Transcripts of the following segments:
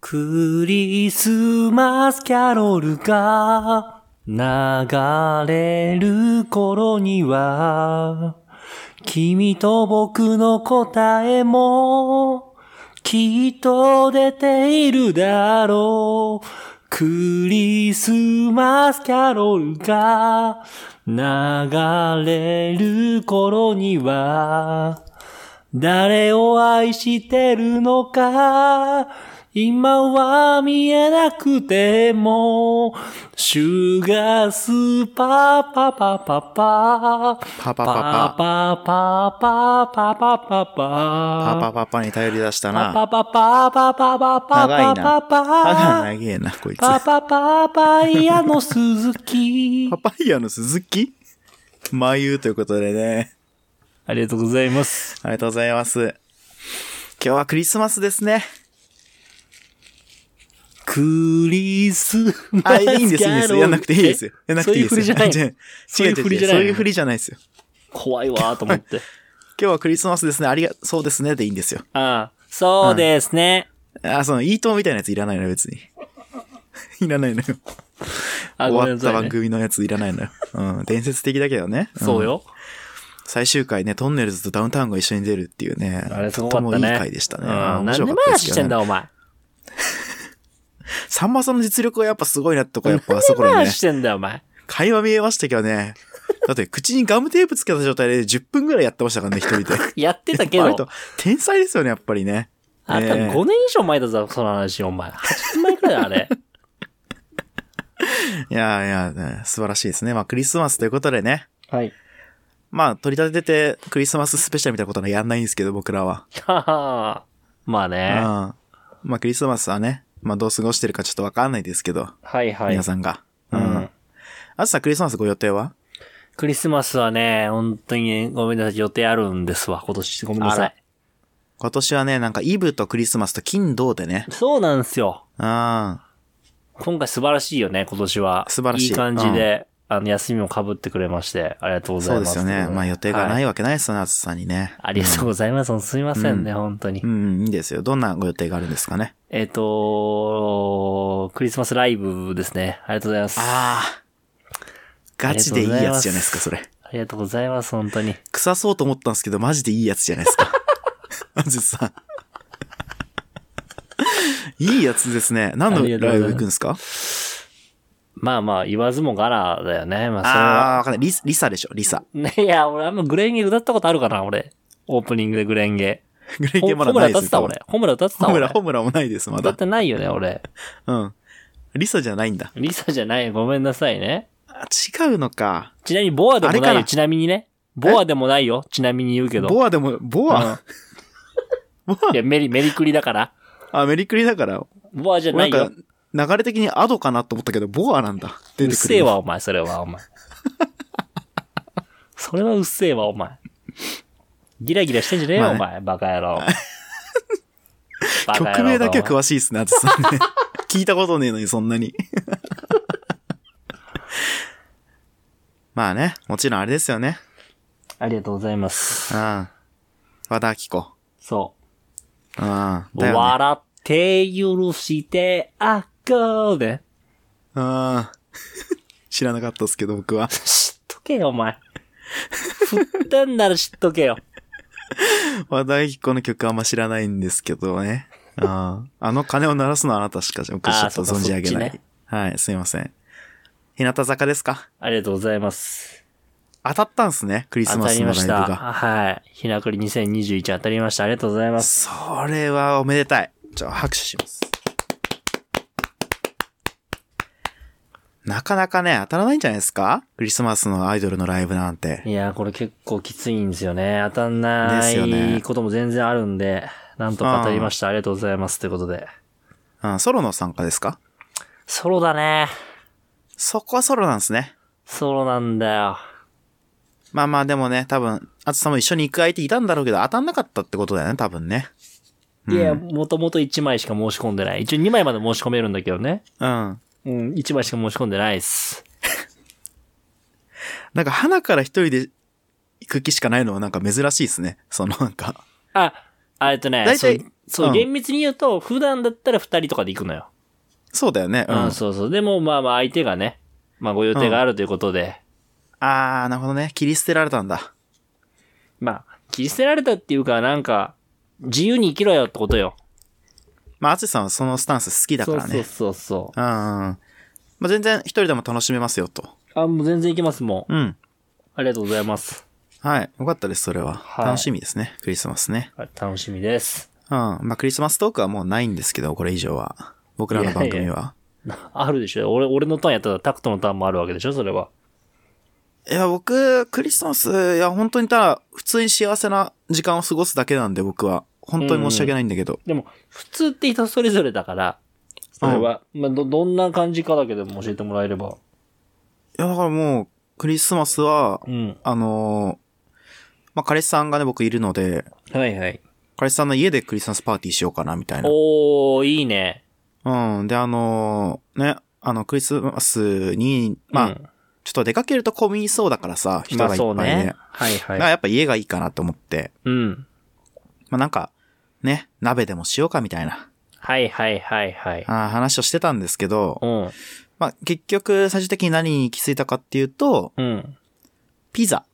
クリスマスキャロルが流れる頃には、君と僕の答えもきっと出ているだろう。クリスマスキャロルが流れる頃には、誰を愛してるのか今は見えなくても、シュガースパーパーパーパーパーパパパパパパパパパ。パパパパパパパに頼り出したな。パパパパパパパ長パいな。パパがパ長えな、こいつ。パパパパパイヤの鈴木パイヤの鈴木眉ということでね。ありがとうございます。ありがとうございます。今日はクリスマスですね。クリスマスあ、いいんです、いいんです。やんなくていいですよ。えやんなくていいですそういう振りよ。じゃ違なうい。そういう違振う違うりじゃないそういう振りじゃないですよ。怖いわーと思って。今日はクリスマスですね。ありが、そうですね。でいいんですよ。ああそうですね。あ、その、イートーみたいなやついらないのよ、別に。 いらないのよ。あ、終ごめんわなったさい番ね。組のやついらないのよ。うん。伝説的だけどね。んそう。よ。最終回ね、トンネルズとダウンタウンが一緒に出るっていうね。あれすごかったとてね。もいい回でしたね。うん面なん白でかったで回すしけてどんね。だ、お前。さんまさんの実力はやっぱすごいなってとこ、やっぱあそこで回ねし。てんだよ、お前。会話見えましたけどね。だって、口にガムテープつけた状態で10分ぐらいやってましたからね、一人で。やってたけ割とど、天才ですよね、やっぱりね。あ、多分ええ5年以上前だぞ、その話、お前。8年前くらいだあ れ。いやいや、ね素晴らしいですね。まあ、クリスマスということでね。はい。まあ、取り立ててクリスマススペシャルみたいなことはやんないんですけど、僕らは。はは まあうん。ね。まあ、クリスマスはね、まあ、どう過ごしてるかちょっとわかんないですけど、はいはい皆。さんが。ううんん。あずさ、クリスマスご予定はクリスマスはね、本当にごめんなさい、予定あるんですわ、今年。ごめんなさあい。今年はね、なんかイブとクリスマスと金土でね。そうなんですよ。うん。今回素晴らしいよね、今年は。素晴らしいいい感じで、あの、休みも被ってくれまして、ありがとうござそいうま。ですすよね。まあ予定がないはわけないですよね、あずさんにね。ありがとうございます。すいませんね、本当にう。ん、うんいいですよ。どんなご予定があるんですかね。えっと、クリスマスライブですね。ありがとうございます。あああ。ガチでいいやつじゃないですか、それ。りがとうございます、本当に。腐そうと思ったんですけど、マジでいいやつじゃないです か。あずさん。いいやつですね。何のライブ行くんですかまあまあ、言わずもがなだよね。まあ、それああー、は。わかんない。リスリサでしょ、リサ。ね、いや、俺あんまグレンゲ歌ったことあるかな、俺。オープニングでグレンゲ。グ レイほテンホまだムなラい歌でっすてよた、俺。ホムラ歌ってた、ホム俺ラ、。ホムラもないです、ま歌だっ。てないよね、俺。うん。リサじゃないんだ。リサじゃない、ごめんなさいね。あ違うのか。ちなみに、ボアでもあないれかよ、なちなみにね。ボアでもないよ、ちなみに言うけど。ボアでも、ボア、いや、メリ、メリクリだから。あ、メリクリだから。ボアじゃなないんよか。、流れ的にアドかなと思ったけど、ボアなんだ。う出ってくせえるの。わ、お前、それは、お 前。それはうっせえわ、お前。ギラギラしてんじゃねえよ、まあおね前。バカ 野郎。バカ野郎曲名だけはわ。詳しいで すね、あずさんね。聞いたことねえのに、そんなに。 まあね、もちろんあれですよね。ありがとうございまうす。ん。和田明子。そうん。だう。よね。笑って許して、あっこーで。うん。 知らなかったですけど、僕は。知っとけよ、お前。振ってんなら知っとけよ。和田明子の曲あんま知らないんですけどね。うん。あの鐘を鳴らすのはあなたしか、僕ちょあーっとそっか存じ上げなそっちいね。はい、すいません。日向坂ですかありがとうございます。当たったんすね、クリス当マたスりのラまイブした。が。はい。ひなくり2021当たりました。ありがとうございます。それはおめでたい。じゃあ拍手します。なかなかね、当たらないんじゃないですかクリスマスのアイドルのライブなんて。いやー、これ結構きついんですよね。当たんなですよいねことも全然あるんで、なんとか当たりました。ありがとうございます。ということで。うん、ソロの参加ですかソロだね。そこはソロなんですね。ソロなんだよ。まあまあでもね、多分、あつさんも一緒に行く相手いたんだろうけど、当たんなかったってことだよね、多分ね。いや、もともと1枚しか申し込んでない。一応2枚まで申し込めるんだけどね。うん。うん、1枚しか申し込んでないっす。なんか、花から一人で行く気しかないのはなんか珍しいですね。そのなんか。あ、あえっとね、大体そう、うそう、ん厳密に言うと、普段だったら二人とかで行くのよ。そうだよね。う。うんん、あそうそう。でも、まあまあ、相手がね、まあ、ご予定があるということで、ー、なるほどね。切り捨てられたんだ。まあ、切り捨てられたっていうか、なんか、自由に生きろよってことよ。まあ、淳さんはそのスタンス好きだからね。そうそうそうそう。うんうんうん。まあ、全然一人でも楽しめますよと。あ、もう全然いけます、もう。うん。ありがとうございます。はい。よかったです、それは。はい楽しみですね。クリスマスね。はい楽しみです。うん。まあ、クリスマストークはもうないんですけど、これ以上は。僕らの番組は。あるでしょ俺、俺のターンやったらタクトのターンもあるわけでしょそれは。いや僕、クリスマス、いや、本当にただ、普通に幸せな時間を過ごすだけなんで、僕は。本当に申し訳ないんだけど。でも、普通って人それぞれだから、それは、まあ、ど、どんな感じかだけでも教えてもらえれば。いや、だからもう、クリスマスは、うん。あのーまあ、彼氏さんがね、僕いるので、はいはい。彼氏さんの家でクリスマスパーティーしようかな、みたいな。おー、いいね。うん。で、あのーね、あの、クリスマスに、まあ、うんちょっと出かけると混みそうだからさ、人まあがいっぱそういね。ね。はいだはからい。やっぱ家がいいかなと思って。うん。まあなんか、ね、鍋でもしようかみたいな、はいはいはいはい。あー話をしてたんですけどう、ん。まあ結局最終的に何に行き着いたかっていうと、うん。ピザ。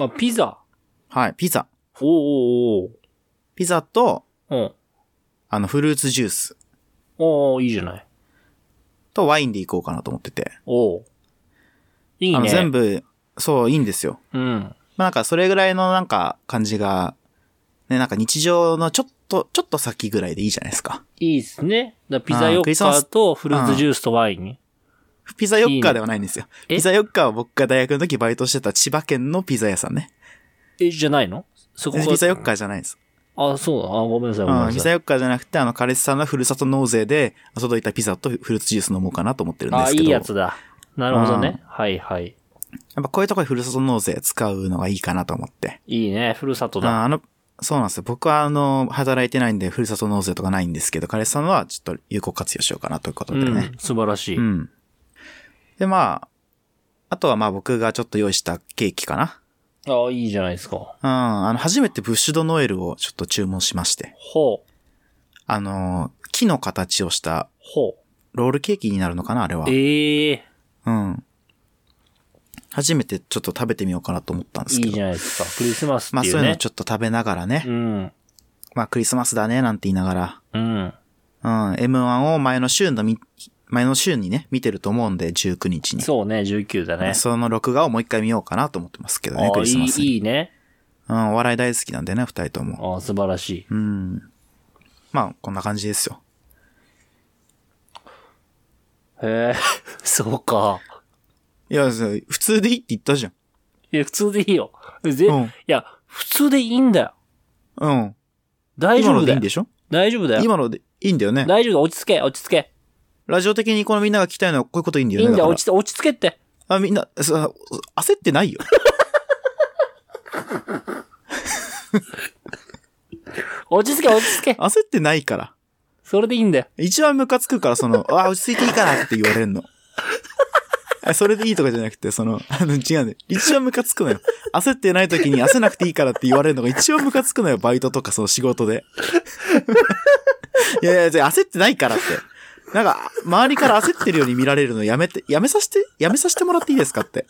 あ、ピザ。はい、ピザ。おーおーピザと、おー。うん。あの、フルーツジュースおー、いいじゃない。とワインで行こうかなと思ってて。おー。いいね。あの、全部。部、そう、いいんですよ。うん。まあなんかそれぐらいのなんか感じが、ね、なんか日常のちょっと、ちょっと先ぐらいでいいじゃないですか。いいっすね。だからピザうんヨクッリスマカースとフルーツジュースとワイン。ピザヨッカーではないんですよ。いいねえピザヨッカーは僕が大学の時バイトしてた千葉県のピザ屋さんね。え、じゃないのそこがピザヨッカーじゃないです。あ、そうだ。あ、ごめんなさい、ごめんうん、なピさザい。ヨッカーじゃなくて、あの、彼氏さんのふるさと納税で届いたピザとフルーツジュース飲もうかなと思ってるんであ、すいけど。いやつだ。なるほどね。はいはい。やっぱこういうとこでふるさと納税使うのがいいかなと思って。いいね。ふるさとうんだ。あの、そうなんですよ。僕はあの、働いてないんで、ふるさと納税とかないんですけど、彼氏さんはちょっと有効活用しようかなということうでね。ん。素晴らしい。うん。で、まあ、あとはまあ僕がちょっと用意したケーキかな。あ、いいじゃないですか。うん。あの、初めてブッシュドノエルをちょっと注文しまして。ほう。あのー、木の形をしたほロールケーキになるのかなあれはう。。ええうん。初めてちょっと食べてみようかなと思ったんですいけいど。じゃないですか。クリスマスまっあていそうういうのねち。ょっと食べながらね。うん。まあクリスマスだねなんて言いながら。うん。うん。M1 を前の週のみ、前の週にね、見てると思うんで、19日に。そうね、19だね。その録画をもう一回見ようかなと思ってますけどね、クあ、リいスマスに。い、いいね。うん、お笑い大好きなんでね、二人とも。あ、素晴らしい。うん。まあ、こんな感じですよ。へえ、 そうか。いや、そう普通でいいって言ったじゃん。いや、普通でいいよ。ぜ、いうん。や、普通でいいんだよ。うん。大丈今夫のでだよいいんで。しょ大丈夫だよ。今のでいいんだよね。大丈夫だ。落ち着け、落ち着け。ラジオ的にこのみんなが聞きたいのはこういうこといいんだよいね。いんだよ、から落ち着落ち着けって。あ、みんな、さ、焦ってないよ。落ち着け、落 ち着け。焦ってないから。それでいいんだよ。一番ムカつくから、その、あ、落ち着いていいからって言われんの。 あそれでいいとかじゃなくて、その、あの、違うんだよ。一番ムカつくのよ。焦ってない時に焦なくていいからって言われるのが一番ムカつくのよ。バイトとかその仕事で。いやいやいや、焦ってないからって。なんか、周りから焦ってるように見られるのやめて、やめさせて、やめさせてもらっていいですかって。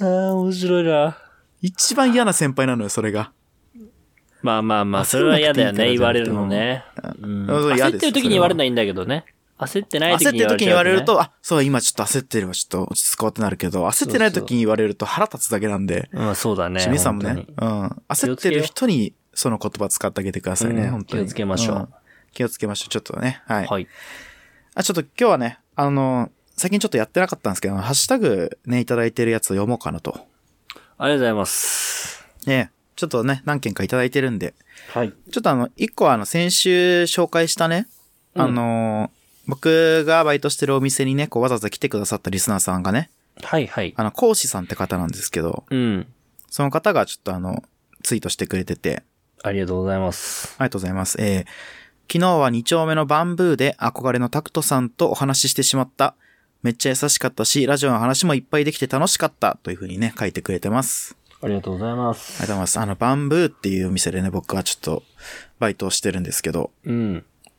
ああ、面白いな。一番嫌な先輩なのよ、それが。まあまあまあ、焦それは嫌だよらなくてね、いい言かわらじれゃるのなくてね。うんあそう嫌焦でっすてる時に言われないんだけどね。焦ってない焦時っにて言るわれ時ちにゃ言わうとねれると、あ、そう、今ちょっと焦ってるわ、ちょっと落ち着こうってなるけど、焦ってない時に言われると腹立つだけなんで、うん、そうだね。皆さんもね、う本当にん、焦ってる人にその言葉使ってあげてくださいね、うん本当に。気をつけましょうん気をつけましょう、ちょっとね。はい。はい。あ、ちょっと今日はね、あの、最近ちょっとやってなかったんですけど、ハッシュタグね、いただいてるやつを読もうかなと。ありがとうございます。ね、ちょっとね、何件かいただいてるんで、はい。ちょっとあの、一個はあの、先週紹介したね、あの、僕がバイトしてるお店にね、こうわざわざ来てくださったリスナーさんがね、はいはい。あの、講師さんって方なんですけど、うん。その方がちょっとあの、ツイートしてくれてて、ありがとうございます。ありがとうございます。えー昨日は2丁目のバンブーで憧れのタクトさんとお話ししてしまった。めっちゃ優しかったし、ラジオの話もいっぱいできて楽しかったというふうにね、書いてくれてます。ありがとうございまありがとうござす。います。あの、バンブーっていうお店でね、僕はちょっと、バイトをしてるんですけど、うん。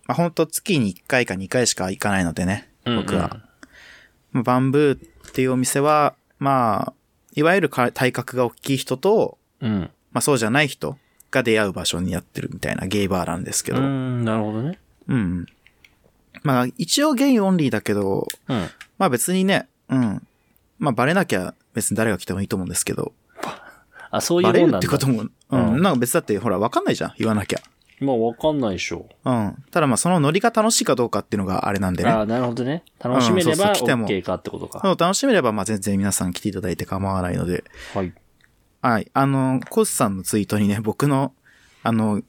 まあ、ほんと月に1回か2回しか行かないのでね、う僕んうは。まあバンブーっていうお店は、まあ、いわゆるか体格が大きい人と、うん。まあそうじゃない人が出会う場所にやってるみたいなゲイバーなんですけうど、うん、ん、なるほどね。うん。まあ一応ゲイオンリーだけど、うん。まあ別にね、うん。まあバレなきゃ別に誰が来てもいいと思うんですけど、あ、そういうバもんレなんだ。るってことも、うん、うんなんか別だってほらわかんないじゃん、言わなきゃ。まあ、わかんないでしょ。うん。ただまあそのノリが楽しいかどうかっていうのがあれなんであね。あ、なるほどね。楽しめればうんそうそう来ても OK かってことか。そう楽しめればまあ全然皆さん来ていただいて構わないので。はい。はい。あの、コスさんのツイートにね、僕の、あの、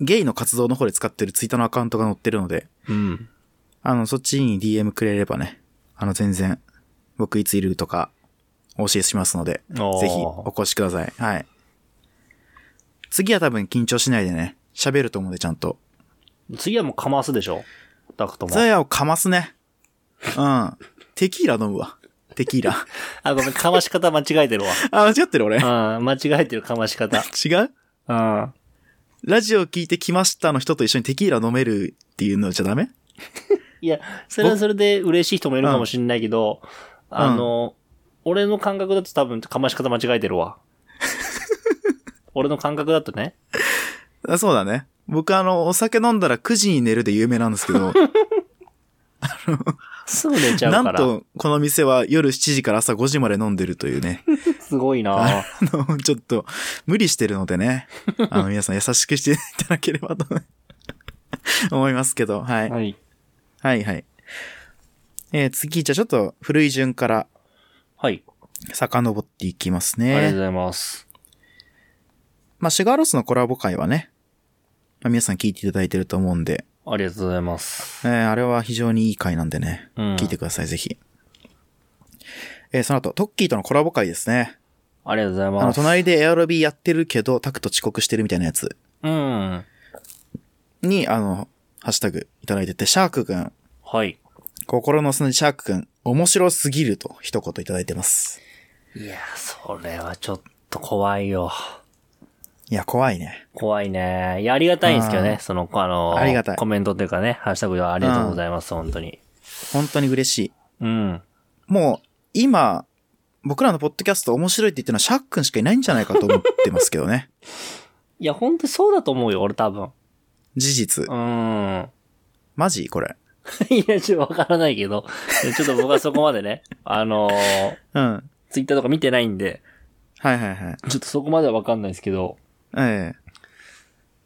ゲイの活動の方で使ってるツイートのアカウントが載ってるので、うん。あの、そっちに DM くれればね、あの、全然、僕いついるとか、お教えしますので、ぜあひーお越しください。はい。次は多分緊張しないでね、喋ると思うんで、ちゃんと。次はもうかますでしょ。ダクトもザ。ヤをかますね。うん。テキーラ飲むわ。テキーラ。あ、ごめん、かまし方間違えてるわ。あ、間違ってる俺。違うん、間違えてるかまし方。ううん。ラジオ聞いてきましたの人と一緒にテキーラ飲めるっていうのじゃダメいや、それはそれで嬉しい人もいるかもしれないけど、あの、俺の感覚だと多分かまし方間違えてる わ。俺の感覚だとね。あそうだね。僕あの、お酒飲んだら9時に寝るで有名なんですけど、すぐ寝 ちゃうなから。んと、この店は夜7時から朝5時まで飲んでるというね。すごいなあの、ちょっと、無理してるのでね。 あの、皆さん優しくしていただければとね 思いますけど、はい。はい。はいはい。えー次、じゃあちょっと古い順からはい。遡っていきますありがとうねご。ざいます。まあ、シュガーロスのコラボ会はね、まあ、皆さん聞いていただいてると思うんで、ありがとうございます。えーあれは非常にいい回なんでね、うん聞いてください、ぜひ。えーその後、トッキーとのコラボ会ですね。ありがとうございあの、ます。隣でエアロビやってるけど、タクト遅刻してるみたいなやつうん。に、あの、ハッシュタグいただいてて、シャークくん、はい。心の砂地シャークくん、面白すぎると一言いただいてます。いや、それはちょっと怖いよ。いや、怖いね。怖いね。いや、ありがたいんですけどうねん。その、あの、ありがたいコメントというかね、ハッシュタグではありがとうございます、本当に。本当に嬉しい。うん。もう、今、僕らのポッドキャスト面白いって言ってるのはシャークくんしかいないんじゃないかと思ってますけど ね。いや、本当にそうだと思うよ、俺多分。事実う。ーん。 マジこれ。いや、ちょっとわからないけど。いやちょっと僕はそこまでね、 あのーうん。はいツイッターとか見てないんで、はいはい。ちょっとそこまではわかんないですけど、え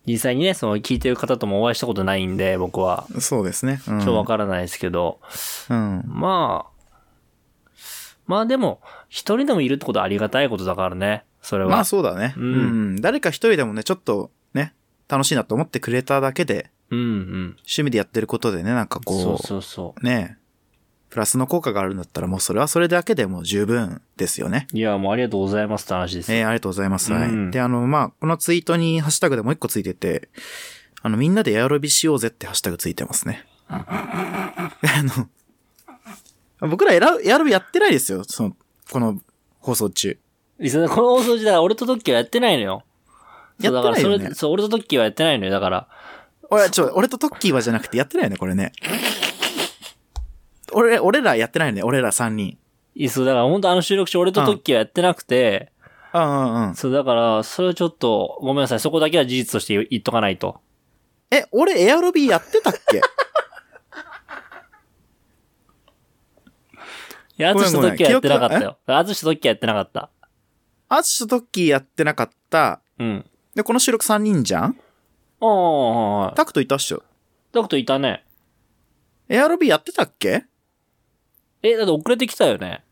実際にね、その聞いてる方ともお会いしたことないんで、僕は。えそうですね。うん。ちょっとわからないですけど、うん。まあ、まあでも、一人でもいるってことはありがたいことだからね、それは。まあそうだね。うんうん。誰か一人でもね、ちょっとね、楽しいなと思ってくれただけで、うんうん。趣味でやってることでね、なんかそこうそうそう。う、ね、プラスの効果があるんだったらもうそれはそれだけでもう十分ですよね。いや、もうありがとうございますって話ですよ。えーありがとうございます。はいうんで、あの、まあ、このツイートにハッシュタグでもう一個ついてて、あの、みんなでエアロビしようぜってハッシュタグついてますね。 あの、僕らエラエアロビやってないですよ。その、この放送中。いやそのこの放送時代、俺とトッキーはやってないのよ。やってないよねそうだからそれ、そう、俺とトッキーはやってないのよ。だから、俺、ちょ、俺とトッキーはじゃなくてやってないよね、これね。俺、俺らやってないよね、俺ら3人。いやそう、だから本当あの収録中、俺とトッキーはやってなくて、うんうんうん。そう、だから、それはちょっと、ごめんなさい。そこだけは事実として言っとかないと。え、俺エアロビやってたっけいや、ごめん淳とトッキーはやってなかったよ。淳とトッキーはやってなかった。アツシとトッキーやってなかった。うん。で、この収録3人じゃんああ、はい。タクトいたっしょ。ダクトいたね。エアロビやってたっけえ、だって遅れてきたよね。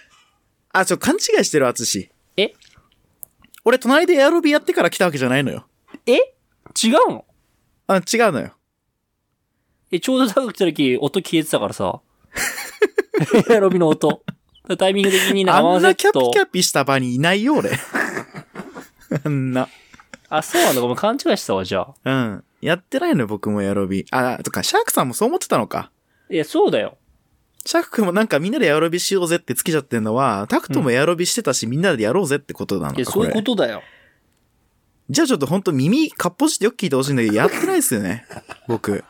あ、ちょ、勘違いしてる、アツシ。え俺、隣でエアロビやってから来たわけじゃないのよ。え違うのあ、違うのよ。え、ちょうどダクト来た時、音消えてたからさ。エアロビの音。タイミング的になんか合あわんせなっキャピと。キャピした場にいな いよ、俺。あんな。あ、そうなんだ。ごめん、勘違いしてたわ、じゃあ。うん。やってないのよ、僕もエアロビ。あ、とか、シャークさんもそう思ってたのか。いや、そうだよ。チャックもなんかみんなでエアロビしようぜってつけちゃってんのは、タクトもエアロビしてたし、みんなでやろうぜってことなのいや、か、そこういれうことだよ。じゃあちょっとほんと耳かっぽじってよく聞いてほしいんだけど、やってないです よね。僕。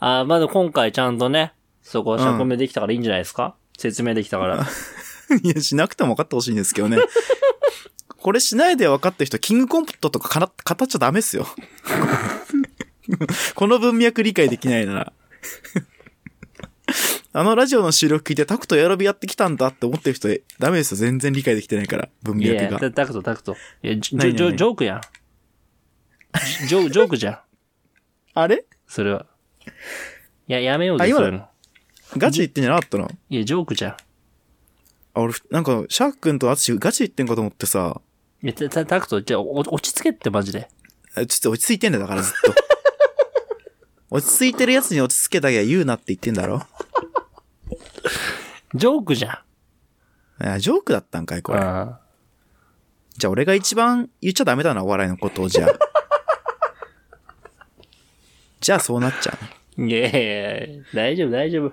あーまだ今回ちゃんとね、そこは釈明できたからいいんじゃないですか、説明できた から。いや、しなくても分かってほしいんですけどね。これしないで分かってる人、キングコンプトとかかな語っちゃダメっすよ。 この文脈理解できないなら。あのラジオの収録聞いてタクトエアロビやってきたんだって思ってる人、ダメですよ。全然理解できてないから、文い脈や、が。タタクト、タクト。いや、ジョ、ジ何ョ何ジョジ何ョークやん。ジョ、ジョークじゃん。あれそれは。いや、やめようあぜ、今そのういうの。ガチ言ってんじゃなかったのいや、ジョークじゃん。あ、俺、なんか、シャーク君とアツシガチ言ってんかと思ってさ、いや、タタタクト、じゃあ、お落ち着けって、マジで。えちょっと落ち着いてんだよだからずっと。 落ち着いてるやつに落ち着けたけ言うなって言ってんだろジョークじゃん。あジョークだったんかい、これ。うんじゃあ俺が一番言っちゃダメだな、お笑いのことを、じゃあ。 じゃあそうなっちゃう。いやいやいや、大丈夫、大丈夫。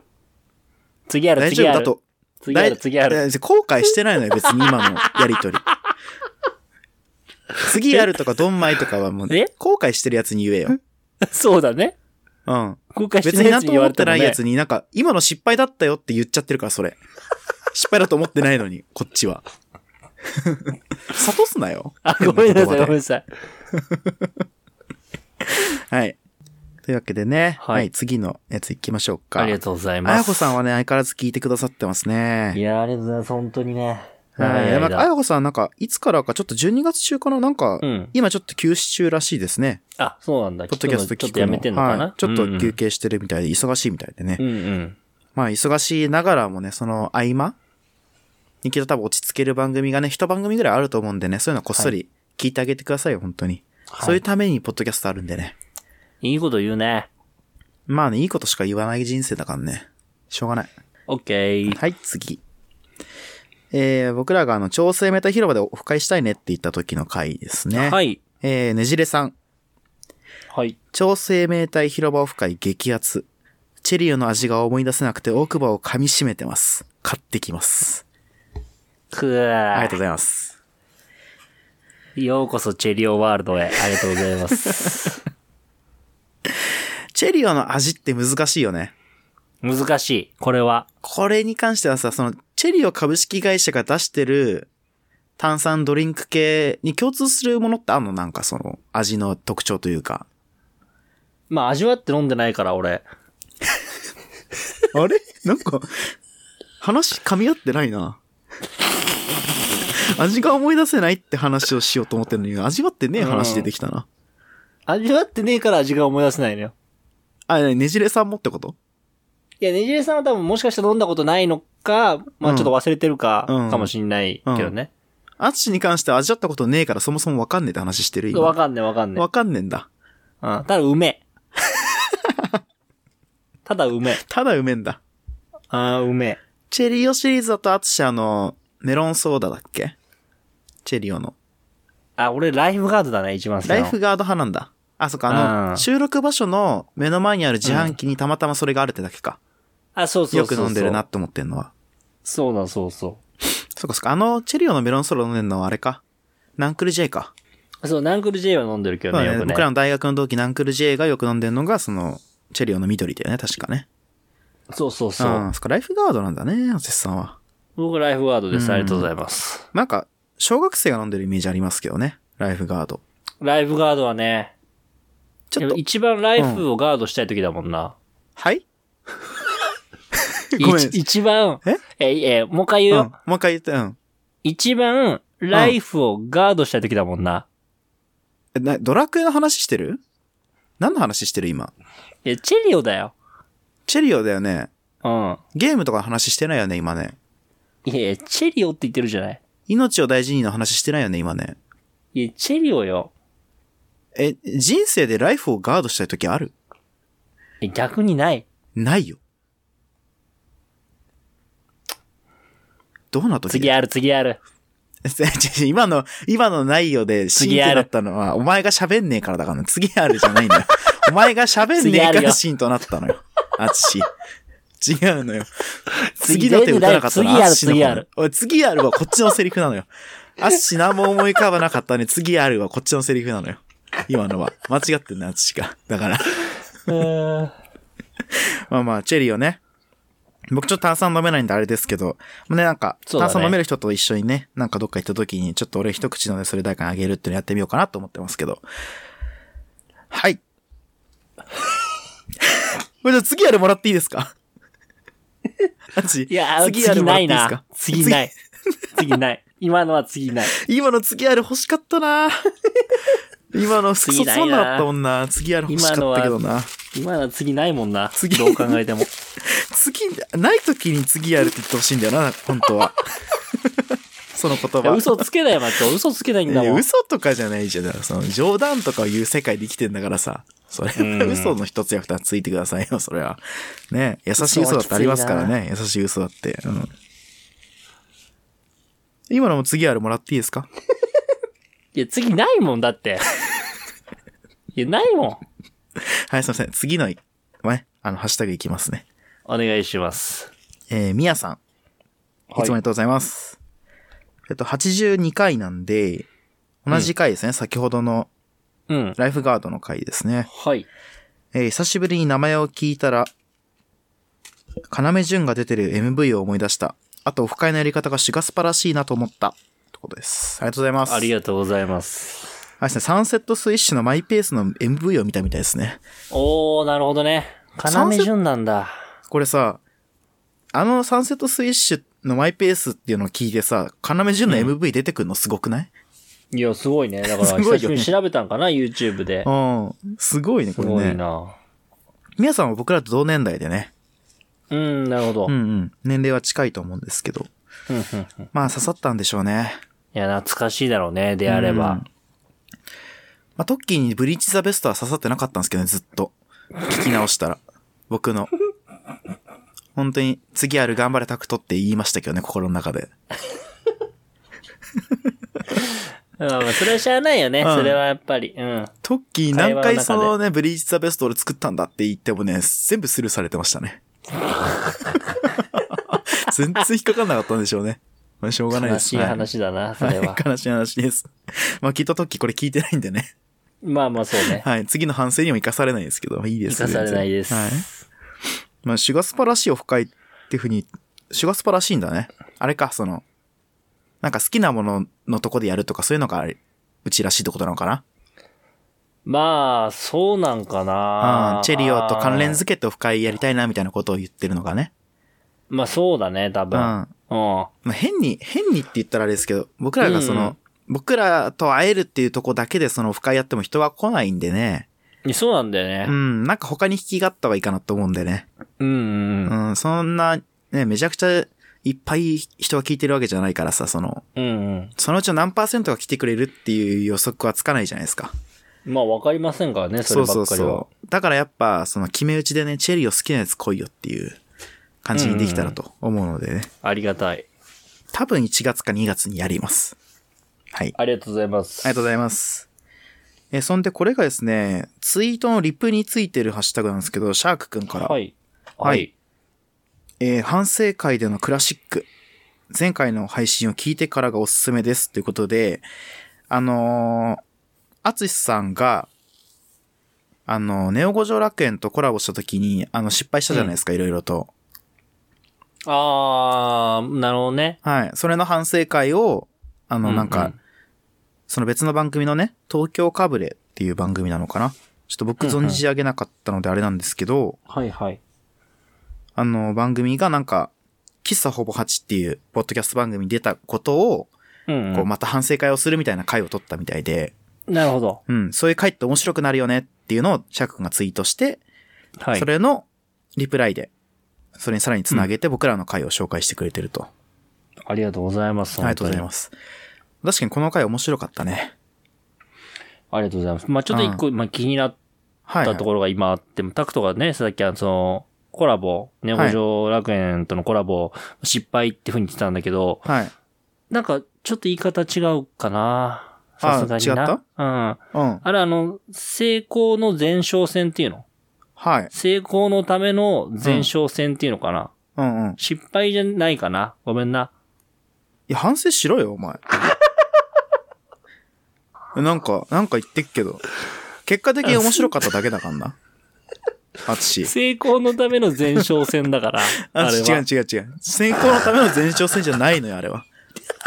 次ある、大丈次夫あだる。と。次ある、大次ある。いや後悔してないのよ、別に今のやり とり。次やるとか、ドンマイとかはもうえ、後悔してるやつに言えよ。そうだね。うん。後悔して別ないにやなつんにと言思わっれててもないやね。つに、なんか、今の失敗だったよって言っちゃってるから、そ れ。失敗だと思ってないのに、こっちは。 諭すなよ。あ、ご めんなさい、ごめんなさい。はい。というわけでね、はいはい、次のやつ行きましょうか。ありがとうございあまやこす。さんはね、相変わらず聞いてくださってますいね。やー、ありがとうございます、本当にね。は長い。ないんかあ間やこさんなんか、いつからか、ちょっと12月中かななんか、うん。今ちょっと休止中らしいですね。あ、そうなんだ。ポッドキャスト聞くのちょっと聞くやの。めてんのかはいなちょっと休う憩してるみたいで、忙しいみたいでね。んうん。まあ、忙しいながらもね、その合間にきっと多分落ち着ける番組がね、一番組ぐらいあると思うんでね、そういうのこっそり聞いてあげてくださいよ、本当に。はいそういうためにポッドキャストあるんでね。いいこと言うね。まあね、いいことしか言わない人生だからね。しょうがない。オッケー。はい、次。えー、僕らがあの、調整メタ広場でオフ会したいねって言った時の回ですね。。はいい。えー、ねじれさん。はい。超生命体広場オフ会激アツ。チェリオの味が思い出せなくて奥歯を噛み締めてます。買ってきます。くー。ありがとうございます。ようこそチェリオワールドへ。ありがとうござい ます。チェリオの味って難しいよね。難しい。これは。これに関してはさ、その、チェリオ株式会社が出してる炭酸ドリンク系に共通するものってあんのなんかその、味の特徴というか。まあ、味わって飲んでないから、俺。あれなんか、話噛み合ってない な。味が思い出せないって話をしようと思ってるのに、味わってねえ話出てきたな。味わってねえから味が思い出せないのよ。あ、ねねじれさんもってこといや、ねじれさんは多分もしかして飲んだことないのか、まあうんちょっと忘れてるか、うんかもしんないけどね。アッチに関しては味わったことねえからそもそもわかんねえって話してる今。わかんねえわかんねえ。うわん。かんねえんだ。ただ、うめえ。 ただ、うめえ。ただうめえんだ。ああ、うめえ。チェリオシリーズだとアッチあの、メロンソーダだっけチェリオの。あ、俺、ライフガードだね、一番好きなラの。イフガード派なんだ。あ、そっか、ああーの、収録場所の目の前にある自販機にたまたまそれがあるってだけか。あ、そうそうよそくうそう。飲んでるな。って思ってんのは。そうだ、そうそそっかそっか、あの、チェリオのメロンソーダ飲んでんのはあれか。ナンクル J か。う。そう、ナンクル J は飲んでるけどまあね、ねよくね僕ら。の大学の同期ナンクル J がよく飲んでんのが、その、チェリオの緑だよね、確かね。そうそうそんう。そっか、ライフガードなんだね、アセスさんは。僕、ライフガードでうす。んありがとうございます。なんか、小学生が飲んでるイメージありますけどね、ライフガード。ライフガードはね、ちょっと、一番ライフをガードしたい時だもんな。はいごめん一一番、ええい、え、もう一回う言ん。うもよ。う一回言って、うん。一番、ライフをガードしたい時だもんな。えなドラクエの話してる何の話してる今。え、チェリオだよ。チェリオだよね。うん。ゲームとかの話してないよね、今ね。いやいや、チェリオって言ってるじゃない。命を大事にの話してないよね、今ね。いや、チェリオよ。え、人生でライフをガードしたい時あるえ逆にない。ないよ。どうなった時次ある、次ある。違う違う 今の、今のないよで、シーンとなったのは、 お前が喋んねえからだからな次あるじゃないんだよ。お前が喋んねえ次あかるよらシーンとなったのよ。淳。違うのよ。次だって打たなかった次な、ある淳の次ある方おい、次あるはこっちのセリフなのよ。淳何も思い浮かばなかったね、次あるはこっちのセリフなのよ。今のは。間違ってんね、淳が。だから。まあまあ、チェリーをね。僕ちょっと炭酸飲めないんであれですけど、まあね、なんか、そうだ炭ね酸飲める人と一緒にね、なんかどっか行った時に、ちょっと俺一口飲んでそれ誰かにあげるっていうのやってみようかなと思ってますけど。はい。 これじゃあ次あれもらっていいですかマジいや、次あ次れもらなっていいいですなか。次ない。次ない。今のは次ない。次今の次あれ欲しかった な今のそ次そんないななだったもんな。次あれ欲しかったけ今のどな。今のは次ないもんな。次どう考えても。次、ない時に次やるって言ってほしいんだよな、本 当は。その言いや葉。嘘つけないよ、マッチョ。嘘つけないんだいやもん。嘘とかじゃないじゃん。だからその冗談とかを言う世界で生きてんだからさ。それはうん嘘の一つや二つついてくださいよ、それは。ね優しい嘘だってありますからね。優しい嘘だって。うん。今のも次あるもらっていいですかいや、次ないもんだって。いや、ないもん。はい、すいません。次の、ね、あの、ハッシュタグいきますね。お願いします。えー、みやさん。いつもありがとうございます。えっと、82回なんで、同じ回ですね。先ほどのうん。ライフガードの回ですね。はい。えー久しぶりに名前を聞いたら、要潤が出てる MV を思い出した。あと、オフ会のやり方がシュガスパらしいなと思った。ってことです。ありがとうございます。ありがとうございます。あれですね、サンセットスイッシュのマイペースの MV を見たみたいですね。おー、なるほどね。サンセ要潤なんだ。これさ、あのサンセットスイッシュのマイペースっていうのを聞いてさ、要潤の MV 出てくるのすごくない、いや、すごいね。だから、すごいよね久しぶりに調べたんかな、YouTube で。うん。すごいね、すこごれいね。な。皆さんは僕らと同年代でね。うん、なるほど。ううんん、うん。年齢は近いと思うんですけど。うん、うん。いまあ刺さったんでしょうね。や、懐かしいだろうね、であれうんば。まあ、トッキーにブリーチザベストは刺さってなかったんですけどね、ずっと。聞き直したら。 僕の。本当に、次ある頑張れタクトって言いましたけどね、心の中で。うん、まあそれはしゃあないよね。うんそれはやっぱり。うん。トッキー会話何の中回でそのね、ブリーチザベスト俺作ったんだって言ってもね、全部スルーされてまし たね。全然引っかかんなかったんでしょうね。まあ、しょうがない悲でしす。いはい話だな、それはは。い、悲しい話です。まあ、きっとトッキーこれ聞いてないんでね。まあまあ、そうね。はい。次の反省にも生かされないですけど、いいです生かされないではい。す。まあ、シュガスパらしいオフ会っていうふうに、シュガスパらしいんだね。あれか、その、なんか好きなもののとこでやるとかそういうのがあれ、うちらしいってことなのかなまあ、そうなんかあなあ。チェリオと関連付けてオフ会やりたいなみたいなことを言ってるのがね。まあ、そうだね、多うん。分。まうん。あ、変に、変にって言ったらあれですけど、僕らがその、うん僕らと会えるっていうとこだけでそのオフ会やっても人は来ないんでね。そうなんだようね。ん、なんか他に引きがあったはいいかなと思うんでね。うん。うんうん。うん、そんな、ね、めちゃくちゃいっぱい人が聞いてるわけじゃないからさ、その、うんそのうちの何パーセントが来てくれるっていう予測はつかないじゃないですか。うん。まあ、わかりませんからね、それそうばっかりそは。うそう。だからやっぱ、その決め打ちでね、チェリーを好きなやつ来いよっていう感じにできたらと思うのでね。ありがたい。多分1月か2月にやります。はい。あありがとうございます。りがとうございます。えー、そんでこれがですね、ツイートのリプについてるハッシュタグなんですけど、シャークくんから。はい。ははいい。えー反省会でのクラシック。前回の配信を聞いてからがおすすめです。ということで、あのー、アツシさんが、あのーネオ五条楽園とコラボした時に、あの、失敗したじゃないですか、いろいろと。あー、なるほどね。はい。それの反省会を、あうんの、うんなんか、その別の番組のね、東京かぶれっていう番組なのかな。ちょっと僕うんうん存じ上げなかったのであれなんですけど、はいはい。あの、番組がなんか、喫茶ほぼ8っていう、ポッドキャスト番組に出たことを、うん、こう、また反省会をするみたいな回を取ったみたいで、なるほど。うん、そういう回って面白くなるよねっていうのを、シャーク君がツイートして、はい。それのリプライで、それにさらにつなげて僕らの回を紹介してくれてると。ありがとうございます。ありがとうございす。ます。確かにこの回面白かったね。ありがとうございます。まあちょっと一個、まあ気になっはい、たところが今あって、タクトがね、さっきあの、その、コラボ、ネはオい城楽園とのコラボ、失敗ってふうに言ってたんだけど、はい。なんか、ちょっと言い方違うかな。あさすがにな。違っうたん。うん。あれあの、成功の前哨戦っていうのはい。成功のための前哨戦っていうのかな。うんうん。い失敗じゃないかな。ごめんな。や、反省しろよ、お前。 なんか、なんか言ってっけど。結果的に面白かっただけだか らな。あつし。成功のための前哨戦だから。あ あれ違はう。違う違う。成功のための前哨戦じゃないのよ、あ れは。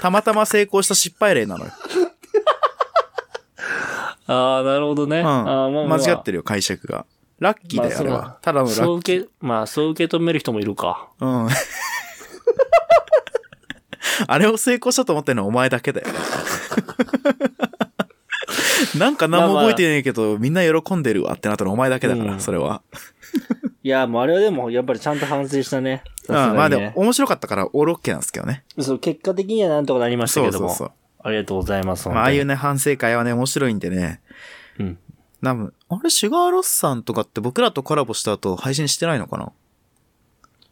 たまたま成功した失敗例なのよ。ああ、なるほどね。うん。あーまあまあ間違ってるよ、解釈が。ラッキーだまよ、ああれそうは。ただのラそうッ受け、まあ、そう受け止める人もいるか。うん。 あれを成功したと思ってるのはお前だけだ よ。なんか何も覚えてねえけど、みんな喜んでるわってなったのお前だけだから、うんそれは。いや、もうあれはでも、やっぱりちゃんと反省したね。さすうん、がにねまあでも、面白かったから、オールオッケーなんですけどね。そう、結果的にはなんとかなりましたそけうどそうも。そう。ありがとうございます。まあ、ああいう本ね、反省会はね、面白いんでね。当に。うん。多分あれ、シュガーロスさんとかって僕らとコラボした後、配信してないのかな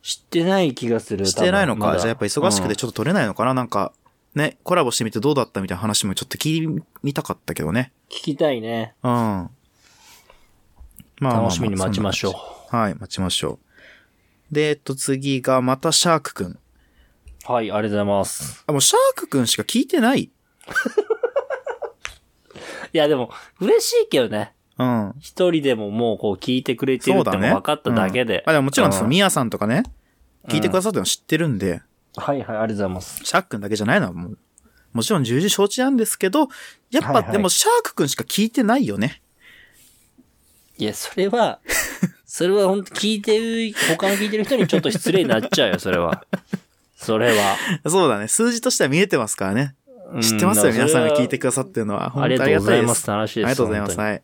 知ってない気がする。してないの多分か、まだじゃあやっぱ忙しくてちょっと撮れないのかな、なんか、ね、コラボしてみてどうだったみたいな話もちょっと聞いみたかったけどね。聞きたいね。うん。まあまあまあ楽しみに待ちましょう。う。はい、待ちましょう。で、えっと、次が、またシャークくん。はい、ありがとうございます。あ、もうシャークくんしか聞いてないいや、でも、嬉しいけどね。うん。一人でももうこう聞いてくれてるそっうてだのね。分かっただけで。うんあ、でももちろん、うその、ミヤさんとかね、聞いてくださったの知ってるんで、はいはい、ありがとうございます。シャークくんだけじゃないのはもう、もちろん重々承知なんですけど、やっぱ、はいはいでもシャークくんしか聞いてないよ ね。いや、それは、それは本当聞いてる、他の聞いてる人にちょっと失礼になっちゃうよ、それは。それは。そうだね。数字としては見えてますからね。うん知ってますよ、皆さんが聞いてだくださってるのは。からそ本れ当はあありりががとうごたざいいでますす。。話です。ありがとうございます。本はい。ね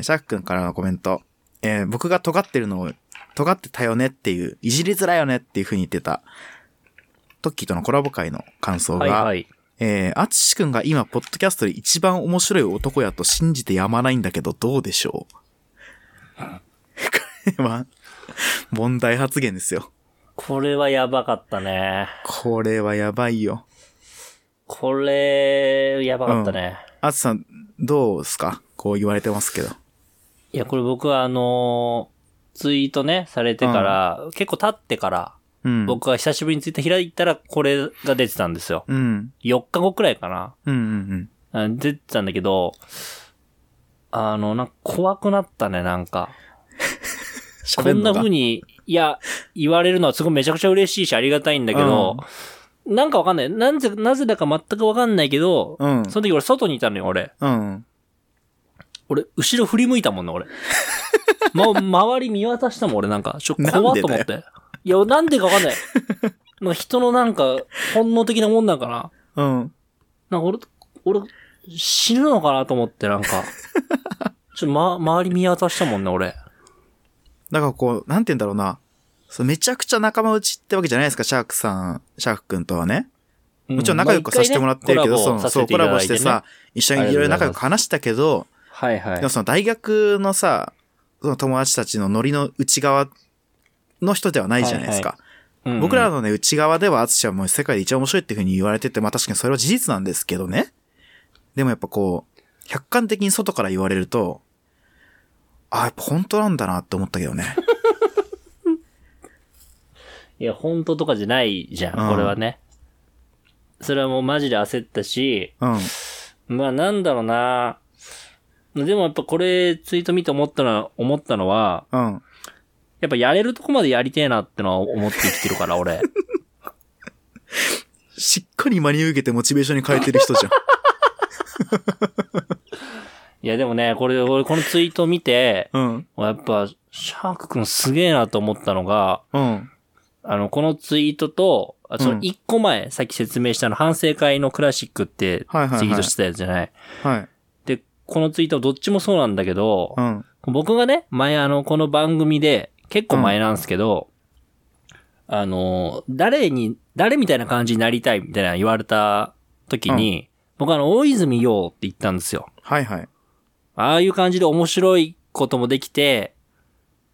え、シャークくんからのコメント。えー僕が尖ってるのを、尖ってたよねっていう、いじりづらいよねっていう風に言ってた、トッキーとのコラボ会の感想当が、にはいはい。えー、アツシくんが今、ポッドキャストで一番面白い男やと信じてやまないんだけど、どうでしょうこれは、問題発言ですよ。これはやばかったね。これはやばいよ。これ、やばかったね。アツさん、どうすかこう言われてますけど。いや、これ僕はあのーツイートね、されてから、結構経ってから、うん。僕が久しぶりにツイッター開いたら、これが出てたんですよ。うん。 4日後くらいかな。うんうんうん。あ出てたんだけど、あの、なんか怖くなったね、なんか。こ喋んなのが風に、いや、言われるのはすごいめちゃくちゃ嬉しいし、ありがたいんだけど、なんかわかんない。なんぜ、なぜだか全くわかんないけど、うん。その時俺外にいたのよ、俺。うん。俺、後ろ振り向いたもんね、俺。 もう、周り見渡したもん、俺なんか。ちょ、なんでだよ怖っと思って。いや、なんでかわかん ない。なんか人のなんか、本能的なもんなんかな。うん。なんか俺、俺、死ぬのかなと思って、なん か。ちょ、ま、周り見渡したもんね、俺。なんかこう、なんて言うんだろうな。そうめちゃくちゃ仲間内ってわけじゃないですか、シャークさん、シャークくんとはね。もちろん仲良くさせてもらってるけど、まあ一回ねそのそう、コラボしてさ、、一緒にいろいろ仲良く話したけコラど、ボさせていただいてねはいではもい。その大学のさ、その友達たちのノリの内側の人ではないじゃないですか。うんうん僕らのね、内側では、アツシはもう世界で一番面白いっていう風に言われてて、まあ確かにそれは事実なんですけどね。でもやっぱこう、客観的に外から言われると、あ、やっぱ本当なんだなって思ったけどね。いや、本当とかじゃないじゃうんん、これはね。それはもうマジで焦ったし、うん。まあなんだろうなでもやっぱこれツイート見て思ったのは、思ったのは、うん。やっぱやれるとこまでやりてえなってのは思って生きてるから、 俺。しっかり真に受けてモチベーションに変えてる人じゃん。いやでもね、これ、俺このツイート見て、うん。やっぱ、シャークくんすげえなと思ったのが、うん。あの、このツイートと、あそうのん一個前、さっき説明したあの反省会のクラシックってツイはいはいはいートしてたやつじゃない,、はい。で、このツイートどっちもそうなんだけどう、ん。僕がね、前あの、この番組で、結構前なんですけど、あの、誰に、誰みたいな感じになりたいみたいな言われた時に、僕あの、大泉洋って言ったんですよ。はいはい。ああいう感じで面白いこともできて、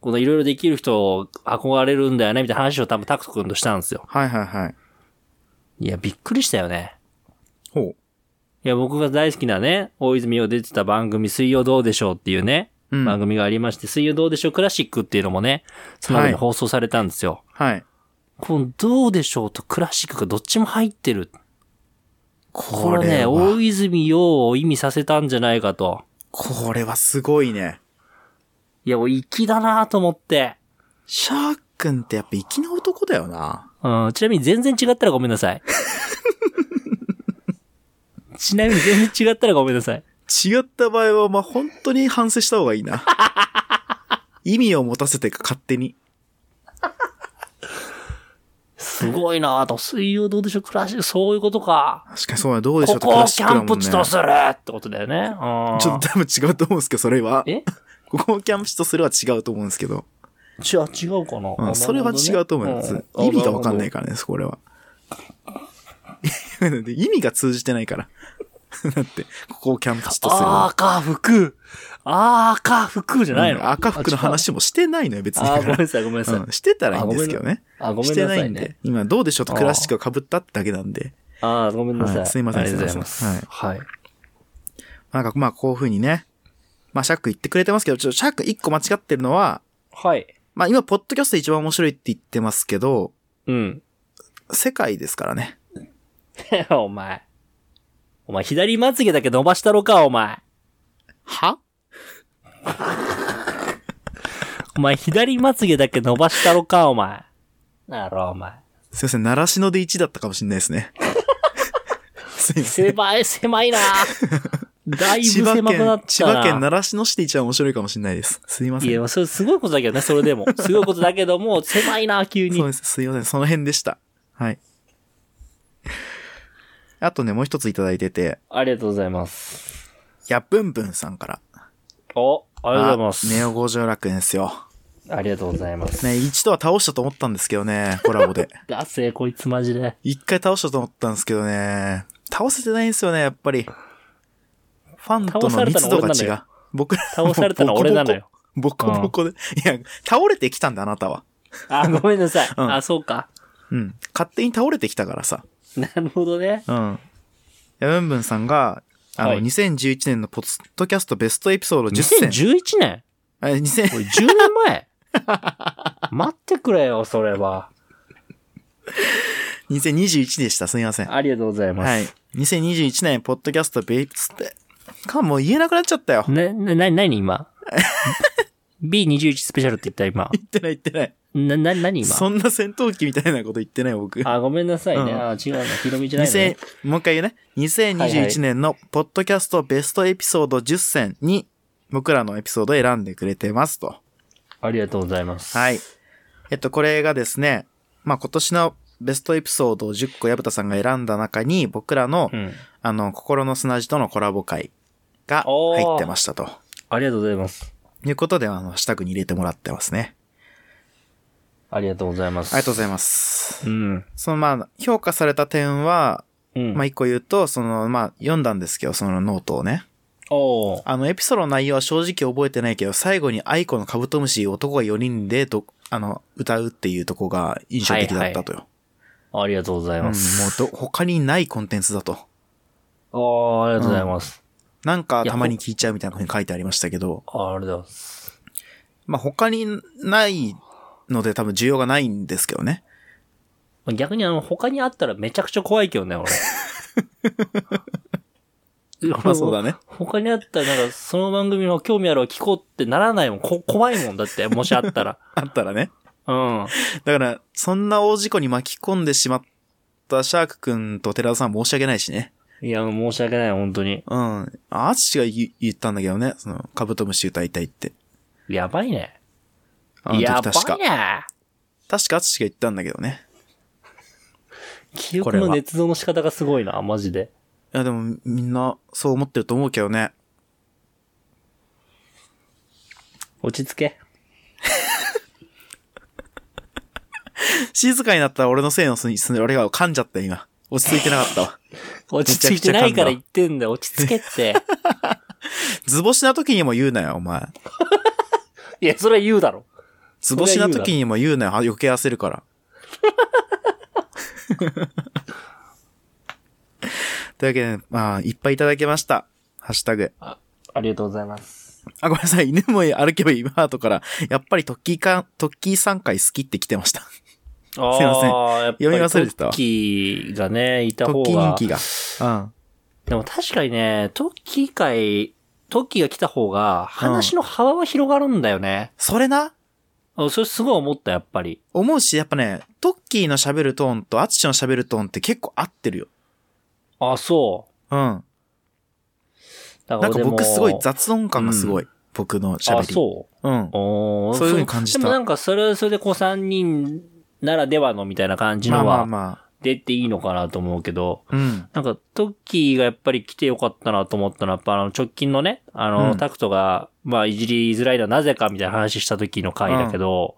このいろいろできる人を憧れるんだよね、みたいな話を多分タクト君としたんですよ。はいはいはい。いや、びっくりしたよね。ほう。いや、僕が大好きなね、大泉洋出てた番組、水曜どうでしょうっていうね、うん番組がありまして、水曜どうでしょうクラシックっていうのもね、その後に放送されたんですよ。はい。このどうでしょうとクラシックがどっちも入ってる。これね、は大泉洋を意味させたんじゃないかと。これはすごいね。いや、粋だなと思って。シャーくんってやっぱ粋な男だよな。うん、ちなみに全然違ったらごめんなさ い。ちなみに全然違ったらごめんなさい。違った場合は、まあ、本当に反省した方がいい な。意味を持たせてか、勝手に。すごいなと。水曜どうでしょうクラシック、そういうことか。確かにそうだ、どうでしょこうこをキャンプ地とちするってことだよね。うん。ょっと多分違うと思うんですけど、それは。えここをキャンプ地とするは違うと思うんですけど。ちゃ違うかな、うん、それは違うと思います。意味がわかんないからね、これは。 で意味が通じてないから。 だって、ここをキャンプ地とするは。あーか、服。あーか、服じゃないの、うん赤服の話もしてないのよ、別に。あ、違うあーごめんなさい、ごめんなさい。うん、してたらいいんですけどね。あ、ごめしんてななさいいんでね。。今、どうでしょうとクラシックが被ったってだけなんで。あーごめんなさはいい。すいませんありがとうございます。すいませんはい。なんか、まあ、こういう風にね。まあ、シャック言ってくれてますけど、ちょっとシャック一個間違ってるのは、はい。まあ、今、ポッドキャスト一番面白いって言ってますけど、うん。 世界ですからね。お前。お前、左まつげだけ伸ばしたろか、お前。はお前、左まつげだけ伸ばしたろか、お前。なろ、お前。すいません、習志野で1だったかもしれないで すね。すいません。狭い、狭 いなだいぶ千葉狭くなっ県、千たな。葉県習志野市で一番面白いかもしれないです。すいませいん。や、それすごいことだけどね、それ でも。すごいことだけども、狭いな、急にそう。です。すいません。その辺でした。はい。あとね、もう一ついただいてて、ありがとうございます。やっぶんぶんさんから。お、あありがとうございネまオ五条楽園ですよ。す。ありがとうございます。ね、一度は倒したと思ったんですけどね、コラボで。だせ、こいつマジで。一回倒したと思ったんですけどね、倒せてないんですよね、やっぱり。ファンとの密度が倒されたの俺な違のうよ。僕倒されたの俺なのよ。ボコボコボコボコで。いや、倒れてきたんだ、あなたは。あ、ごめんなさい。うんあ、そうか。うん。勝手に倒れてきたからさ。なるほどね。うん。やぶんぶんさんが、あの、はい2011年のポッドキャストベストエピソード10選。 2011年え、2000これ10年前 待ってくれよ、それは。 2021でした。すみません。はありがとうございます。い。2021年、ポッドキャストベスト、か、もう言えなくなっちゃったよ。言な、な、な、なに今 ?B21 スペシャルって言った今。ってない言ってない。な、な、なに今そんな戦闘機みたいなこと言ってない、僕。あ、ごめんなさいね。うんあ、違うな。ひろみじゃないのね2000。もう一回言うはね。いはい2021年のポッドキャストベストエピソード10選に、僕らのエピソードを選んでくれてますと。ありがとうございます。はい。えっと、これがですね、まあ、今年のベストエピソードを10個矢蓋さんが選んだ中に、僕らの、うん。あの、心の砂地とのコラボ会が入ってましたと。ありがとうございます。いうことで、あの、下に入れてもらってますね。ありがとうございまあす。りがとうございざいます。うん。その、まあ、評価された点は、うん。まあ、一個言うと、その、まあ、読んだんですけど、そのノートをね。おーあの、エピソードの内容は正直覚えてないけど、最後にアイコのカブトムシ男が4人でど、あの、歌うっていうとこが印象的だったとよ。ありがとうございうん、まもうす。ど、他にないコンテンツだと。おーありがとうございます。なんかたまに聞いちゃうみたいなふうに書いてありましたけど、あありがとうございます。まあ、他にないので多分需要がないんですけどね。逆にあの、他にあったらめちゃくちゃ怖いけどね、俺。 まあそうだね。 他にあったら、なんか、その番組の興味あるは聞こうってならないもん。こ怖いもんだって、もしあった ら。あったらね。うん。だから、そんな大事故に巻き込んでしまったシャークくんと寺田さん申し訳ないしね。いや、申し訳ない、本当に。うん。アツシが言言ったんだけどね、その、カブトムシ歌いたいって。やばいね。あの時やば確かい。ね。確かアツシが言ったんだけどね。記こ憶れはの捏造の仕方がすごいな、マジで。いや、でもみんなそう思ってると思うけどね。落ち着け。静かになったら俺のせいのすす俺が噛んじゃった今。落ち着いてなかったわ。落ち着いてないから言ってんだよ、落ち着けって。図星な時にも言うなよ、お前。いや、それは言うだろ。図星な時にも言うなよ。余計焦 るから。というわけで、まあ、いっぱいいただきました。ハッシュタグ。ありがとうございます。あ、ごめんなさい。犬も歩けばいいハートから、やっぱりトッキーか、トッキー3回好きって来てました。すいませんやっぱり読み忘れてたトッキーがね、いたト方ッが。キー人気が。でも確かにね、トッキー会、トッキーが来た方が、話の幅は広がるんだよね。それな、あそれすごい思った、やっぱり。思うし、やっぱね、トッキーの喋るトーンとアツシの喋るトーンって結構合ってるよ。あ、そうん。う。だなんか俺も僕すごい雑音感がすごい。僕の喋り。あ、そう。うん。おーそういうふうに感じたでもなんか、それはそれでこう3人ならではのみたいな感じまあのまあはま出ていいのかなと思うけど、あ。うん。なんか、トッキーがやっぱり来てよかったなと思ったのは、やっぱあの、直近のね、あの、うんタクトが、まあ、いじりづらいのはなぜかみたいな話した時の回だけど、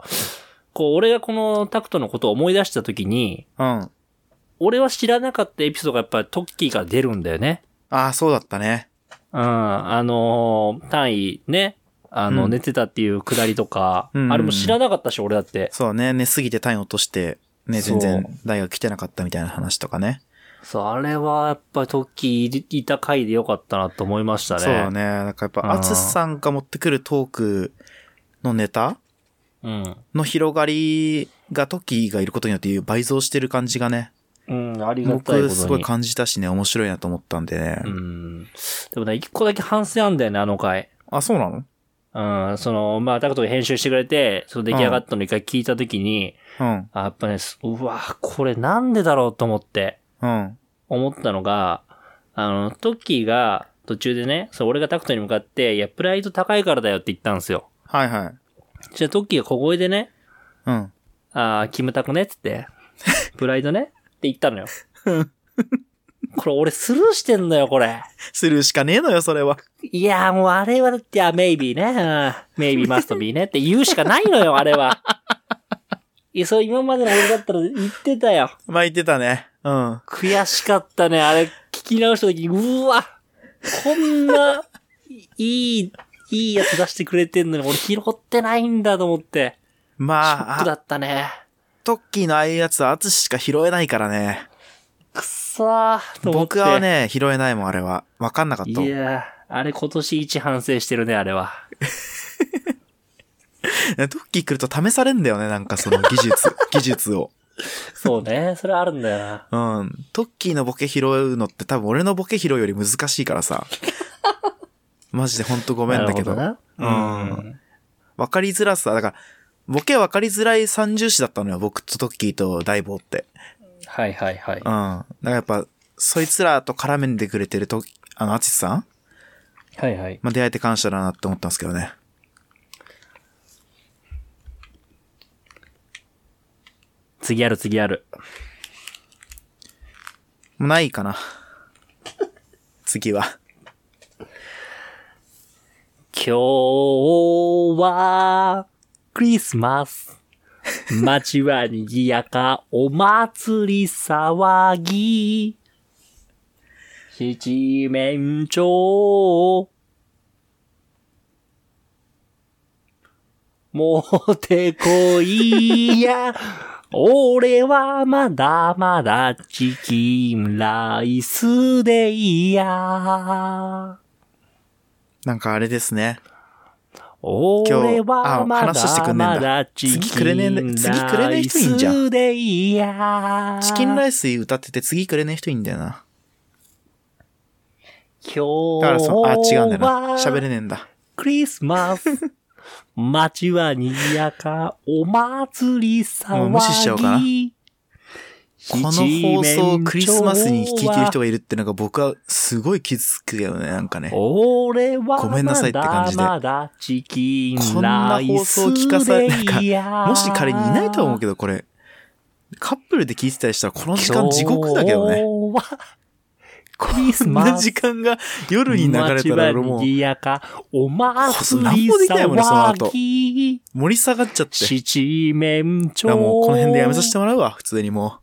こう、俺がこのタクトのことを思い出した時に、うん。あ俺は知らなかったエピソードがやっぱりトッキーから出るんだよね。あ、そうだったね。うん、あのー単位ね、あの、うん寝てたっていうくだりとか、うんあれも知らなかったし、俺だって。そうね。寝すぎて単位落として、ね、そう全然大学来てなかったみたいな話とかね。そう、あれはやっぱりトッキーいた回でよかったなと思いましたね。そうだね。なんかやっうんぱ、アツシさんが持ってくるトークのネタうん。の広がりがトッキーがいることによって倍増してる感じがね。うん、ありがたいことに。僕すごい感じたしね、面白いなと思ったんでね。うん。でもね、一個だけ反省あんだよね、あの回。あ、そうなのうん、その、まあ、タクトが編集してくれて、その出来上がったの一回聞いたときに、うん。あやっぱね、すうわ、これなんでだろうと思って、うん。思ったのが、あの、トッキーが途中でね、そう、俺がタクトに向かって、いや、プライド高いからだよって言ったんですよ。はいはい。そしたらトッキーが小声でね、うん。あーキムタクねっつ って、プライドねって言ったのよ。これ俺スルーしてんだよ、これ。するしかねえのよ、それは。 いやーもうあれはだって、あ、maybe ね、うん maybe must be ねって言うしかないの よ、あれは。いや、そう今までの俺だったら言ってたよ。巻いてたね。うん。悔しかったね、あれ聞き直した時、うわ、こんな、いい、いいやつ出してくれてんのに俺拾ってないんだと思って、ショまックあだあ、ったね。トッキーのああいうやつはアツシしか拾えないからね。くそーと思って。僕はね、拾えないもん、あれは。わかんなかっいたもん。やー、あれ今年一反省してるね、あれは。ねトッキー来ると試されんだよね、なんかその技 術、技術を。そうね、それあるんだよな。うん。トッキーのボケ拾うのって多分俺のボケ拾うより難しいからさ。マジでほんとごめんだけど。なるほわどな。うん。かりづらさ、だから、ボケわかりづらい三重視だったのよ、僕とトッキーと大坊って。はいはいはいうん。だ。からやっぱ、そいつらと絡めんでくれてると、あの、アツシさんはいはい。まあ、出会えて感謝だなって思ったんですけどね。次ある次ある。もうないかな。次は。今日は、クリスマス。 街は賑やか、お祭り騒ぎ。七面鳥。もうてこいや。俺はまだまだチキンライスでいいや。なんかあれですね。俺はまだ話してくんねえんまだだチ次キくれねえン次くれラねえイ人いいんじゃんスでいいやチキンライス歌ってて次くれねえ人いいんだよな。今日はだからその、あ、違うんだよな。喋れねえんだ。クリスマ ス。街は賑やか、お祭りも騒うぎ。無視しちゃおうかなこの放送をクリスマスに聞いてるが人がいるってのが僕はすごい傷つくよね、なんかね。こ俺はごめんなさいって感じでまだまだチキんンなライ放ス送を聞かされ、なんか、でいいやもし仮にいないとは思うけど、これ、カップルで聞いてたりしたらこの時間地獄だけどね。今日はクリスこんマなス時。間が夜に流れたら俺もう賑やか、お祭りこそ何もできないもんねその後騒ぎ。盛り下がっちゃって。七面だ鳥。からもうこの辺でやめさせてもらうわ、普通にもう。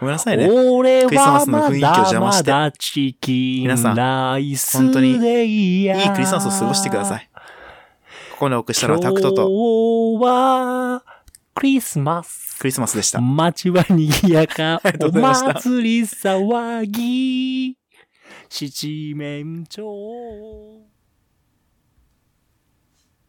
ごめんなさいね。俺クリスマはスのま雰囲気をだ邪魔ましてだチキ皆さンんライス本当にでいいいいクリスマスを過ごしてくださ。い。ここにお送りしたのはタクトと今日は、クリスマス。クリスマスでした。街は賑やか ありが、とおうございました祭り騒ぎ。七面鳥。